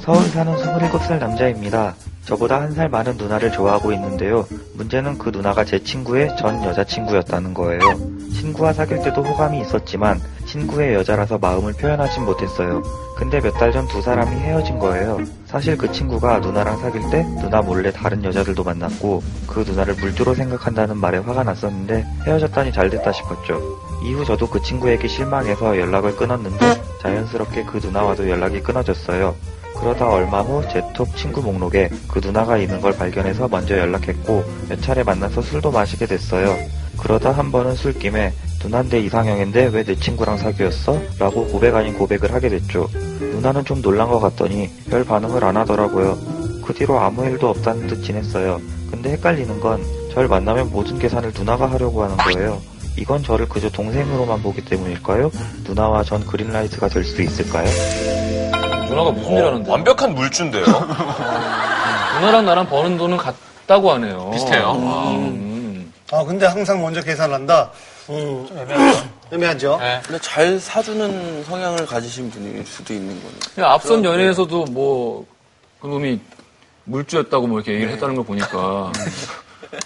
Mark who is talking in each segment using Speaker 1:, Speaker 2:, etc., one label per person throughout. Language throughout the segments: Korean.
Speaker 1: 서울 사는 27살 남자입니다. 저보다 한 살 많은 누나를 좋아하고 있는데요. 문제는 그 누나가 제 친구의 전 여자친구였다는 거예요. 친구와 사귈 때도 호감이 있었지만 친구의 여자라서 마음을 표현하진 못했어요. 근데 몇 달 전 두 사람이 헤어진 거예요. 사실 그 친구가 누나랑 사귈 때 누나 몰래 다른 여자들도 만났고 그 누나를 물주로 생각한다는 말에 화가 났었는데 헤어졌다니 잘됐다 싶었죠. 이후 저도 그 친구에게 실망해서 연락을 끊었는데 자연스럽게 그 누나와도 연락이 끊어졌어요. 그러다 얼마 후 제 톡 친구 목록에 그 누나가 있는 걸 발견해서 먼저 연락했고 몇 차례 만나서 술도 마시게 됐어요. 그러다 한 번은 술김에 누난데 이상형인데 왜 내 친구랑 사귀었어? 라고 고백 아닌 고백을 하게 됐죠. 누나는 좀 놀란 것 같더니 별 반응을 안 하더라고요. 그 뒤로 아무 일도 없다는 듯 지냈어요. 근데 헷갈리는 건 절 만나면 모든 계산을 누나가 하려고 하는 거예요. 이건 저를 그저 동생으로만 보기 때문일까요? 누나와 전 그린라이트가 될 수 있을까요?
Speaker 2: 누나가 무슨 일 하는데?
Speaker 3: 완벽한 물주인데요.
Speaker 2: 어, 누나랑 나랑 버는 돈은 같다고 하네요.
Speaker 3: 비슷해요.
Speaker 2: 음.
Speaker 4: 아, 근데 항상 먼저 계산한다? 음. 좀 애매하죠? 네.
Speaker 5: 네, 근데 잘 사주는 성향을 가지신 분일 수도 있는 거네요.
Speaker 2: 그냥 앞선 연애에서도 뭐, 그 놈이 물주였다고 뭐 이렇게 얘기를
Speaker 3: 네.
Speaker 2: 했다는 걸 보니까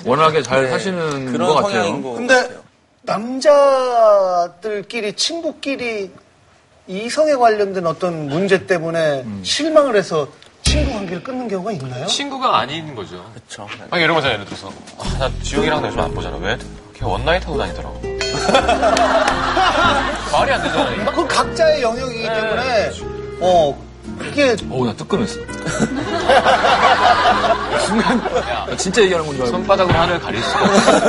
Speaker 2: 워낙에 잘 네, 사시는
Speaker 5: 네, 그런
Speaker 2: 것
Speaker 5: 성향인
Speaker 2: 같아요.
Speaker 5: 거
Speaker 4: 근데
Speaker 5: 같아요.
Speaker 4: 남자들끼리, 친구끼리 이성에 관련된 어떤 문제 때문에 실망을 해서 친구 관계를 끊는 경우가 있나요?
Speaker 3: 친구가 아닌 거죠.
Speaker 5: 그쵸.
Speaker 3: 막 이런 거잖아, 예를 들어서. 아, 나 지웅이랑 나 요즘 안 보잖아. 왜? 걔 원나잇 하고 다니더라고. 말이 안 되잖아.
Speaker 4: 그건 각자의 영역이기 때문에, 어, 그게
Speaker 2: 어우, 나 뜨끔했어. 순간, 나 진짜 얘기하는 건 줄 알고.
Speaker 3: 손바닥으로 하늘 가릴 수가 없어.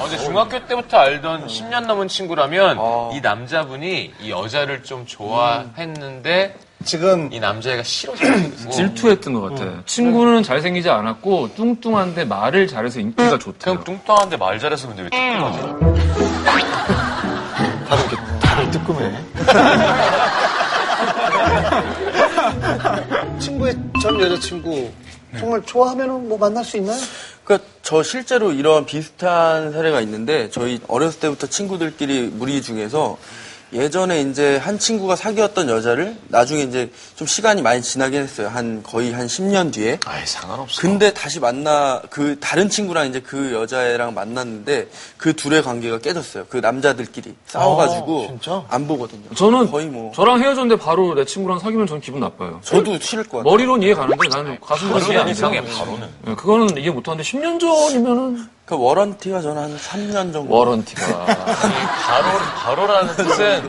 Speaker 3: 어제 중학교 때부터 알던 10년 넘은 친구라면 이 남자분이 이 여자를 좀 좋아했는데
Speaker 4: 지금
Speaker 3: 이 남자애가 싫어서 그랬고
Speaker 2: 질투했던 것 같아.
Speaker 5: 어.
Speaker 2: 친구는 잘생기지 않았고, 뚱뚱한데 말을 잘해서
Speaker 5: 음.
Speaker 2: 인기가 좋대요.
Speaker 3: 그냥 뚱뚱한데 말 잘해서 근데 왜 뚱뚱하지?
Speaker 4: 친구의 전 여자친구 정말 좋아하면 뭐 만날 수 있나요?
Speaker 5: 그러니까 저 실제로 이런 비슷한 사례가 있는데 저희 어렸을 때부터 친구들끼리 무리 중에서 예전에 이제 한 친구가 사귀었던 여자를 나중에 이제 좀 시간이 많이 지나긴 했어요. 한 거의 한 10년 뒤에.
Speaker 3: 아이 상관없어.
Speaker 5: 근데 다시 만나 그 다른 친구랑 이제 그 여자애랑 만났는데 그 둘의 관계가 깨졌어요. 그 남자들끼리 싸워가지고
Speaker 4: 진짜?
Speaker 5: 안 보거든요.
Speaker 2: 저는
Speaker 5: 거의 뭐
Speaker 2: 저랑 헤어졌는데 바로 내 친구랑 사귀면 저는 기분 나빠요.
Speaker 5: 저도 싫을 것 같아요.
Speaker 2: 머리론 이해 가는데 나는 가슴으로 이해 안
Speaker 3: 이상해
Speaker 2: 돼요.
Speaker 3: 바로는.
Speaker 2: 예, 그거는 이해 못하는데 10년 전이면은
Speaker 5: 그 워런티가 저는 한 3년 정도.
Speaker 6: 뭐,
Speaker 2: 워런티가
Speaker 3: 바로 바로라는 뜻은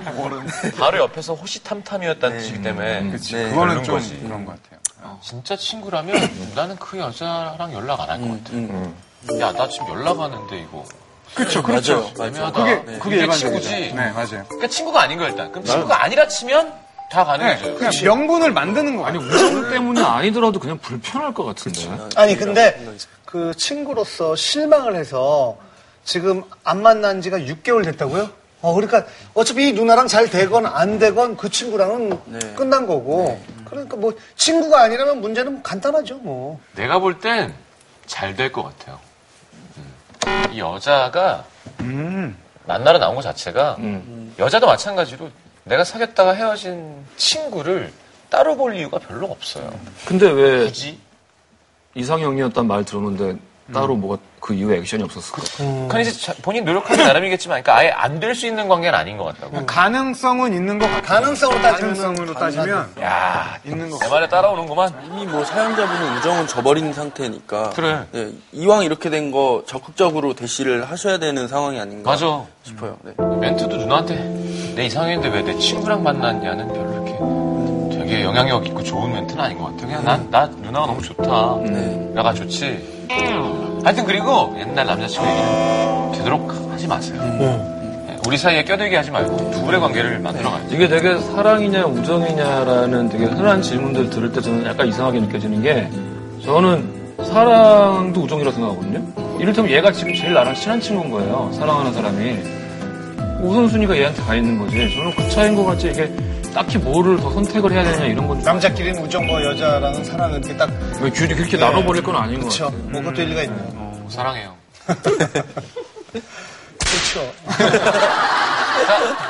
Speaker 3: 바로 옆에서 호시탐탐이었다는 뜻이기 때문에
Speaker 6: 그치.
Speaker 5: 네,
Speaker 6: 그거는
Speaker 3: 그런
Speaker 6: 좀
Speaker 3: 거지.
Speaker 6: 그런 것 같아요.
Speaker 3: 진짜 친구라면 나는 그 여자랑 연락 안 할 것 같아. 야 나 지금 연락 하는데 이거
Speaker 6: 그쵸,
Speaker 5: 맞아요.
Speaker 6: 그렇죠.
Speaker 5: 맞아요.
Speaker 3: 애매하다.
Speaker 6: 그게,
Speaker 5: 네.
Speaker 6: 그게
Speaker 3: 친구지.
Speaker 6: 일반적이죠. 네, 맞아요.
Speaker 3: 그러니까 친구가 아닌 거야 일단. 그럼 친구가 아니라 치면 다
Speaker 6: 네,
Speaker 3: 가능해져요.
Speaker 6: 그냥 명분을 만드는 거
Speaker 2: 아니
Speaker 6: 아니에요?
Speaker 2: 우정 때문이 아니더라도 그냥 불편할 것 같은데.
Speaker 4: 아니
Speaker 6: 네,
Speaker 4: 근데 그 친구로서 실망을 해서 지금 안 만난 지가 6개월 됐다고요? 어 그러니까 어차피 이 누나랑 잘 되건 안 되건 그 친구랑은
Speaker 5: 네.
Speaker 4: 끝난 거고 그러니까 뭐 친구가 아니라면 문제는 간단하죠 뭐
Speaker 3: 내가 볼 땐 잘 될 것 같아요. 음. 이 여자가
Speaker 6: 음.
Speaker 3: 만나러 나온 것 자체가 여자도 마찬가지로 내가 사귀었다가 헤어진 친구를 따로 볼 이유가 별로 없어요.
Speaker 2: 근데 왜
Speaker 3: 굳이
Speaker 2: 이상형이었단 말 들었는데 따로 뭐가 그 이후에 액션이 없었을까?
Speaker 3: 그건 이제 자- 본인 노력하는 나름이겠지만, 그러니까 아예 안 될 수 있는 관계는 아닌 것 같다고.
Speaker 6: 가능성은 있는 것 같아요.
Speaker 4: 가능성으로 따지면
Speaker 6: 네, 가능성으로 따지면
Speaker 3: 야,
Speaker 6: 있는 것
Speaker 3: 내
Speaker 6: 같아요.
Speaker 3: 말에 따라오는구만.
Speaker 5: 이미 뭐 사연자분은 우정은 저버린 상태니까.
Speaker 3: 그래.
Speaker 5: 네, 이왕 이렇게 된 거 적극적으로 대시를 하셔야 되는 상황이 아닌가
Speaker 3: 맞아.
Speaker 5: 싶어요. 네.
Speaker 3: 멘트도 누나한테 내 이상형인데 왜 내 친구랑 만났냐는 별로 이렇게 되게 영향력 있고 좋은 멘트는 아닌 것 같아. 그냥 난, 나 누나가 너무 좋다.
Speaker 2: 네.
Speaker 3: 나가 좋지. 하여튼 그리고 옛날 남자친구 얘기는 되도록 하지 마세요. 네, 우리 사이에 껴들게 하지 말고 둘의 관계를 만들어가야지.
Speaker 2: 음. 네. 이게 되게 사랑이냐 우정이냐라는 되게 흔한 질문들 들을 때 저는 약간 이상하게 느껴지는 게 저는 사랑도 우정이라 고 생각하거든요. 이를테면 얘가 지금 제일 나랑 친한 친구인 거예요. 사랑하는 사람이. 우선순위가 얘한테 가 있는 거지. 저는 그 차이인 것 같지 이게 딱히 뭐를 더 선택을 해야 되냐 이런 건.
Speaker 4: 남자끼리는 우정 뭐 여자랑은 사랑 이렇게 딱
Speaker 2: 왜 규칙 그렇게 나눠버릴 건 아닌 것
Speaker 4: 그렇죠
Speaker 2: 같아요.
Speaker 4: 뭐 그것도 일리가 있네요
Speaker 3: 사랑해요.
Speaker 4: 그렇죠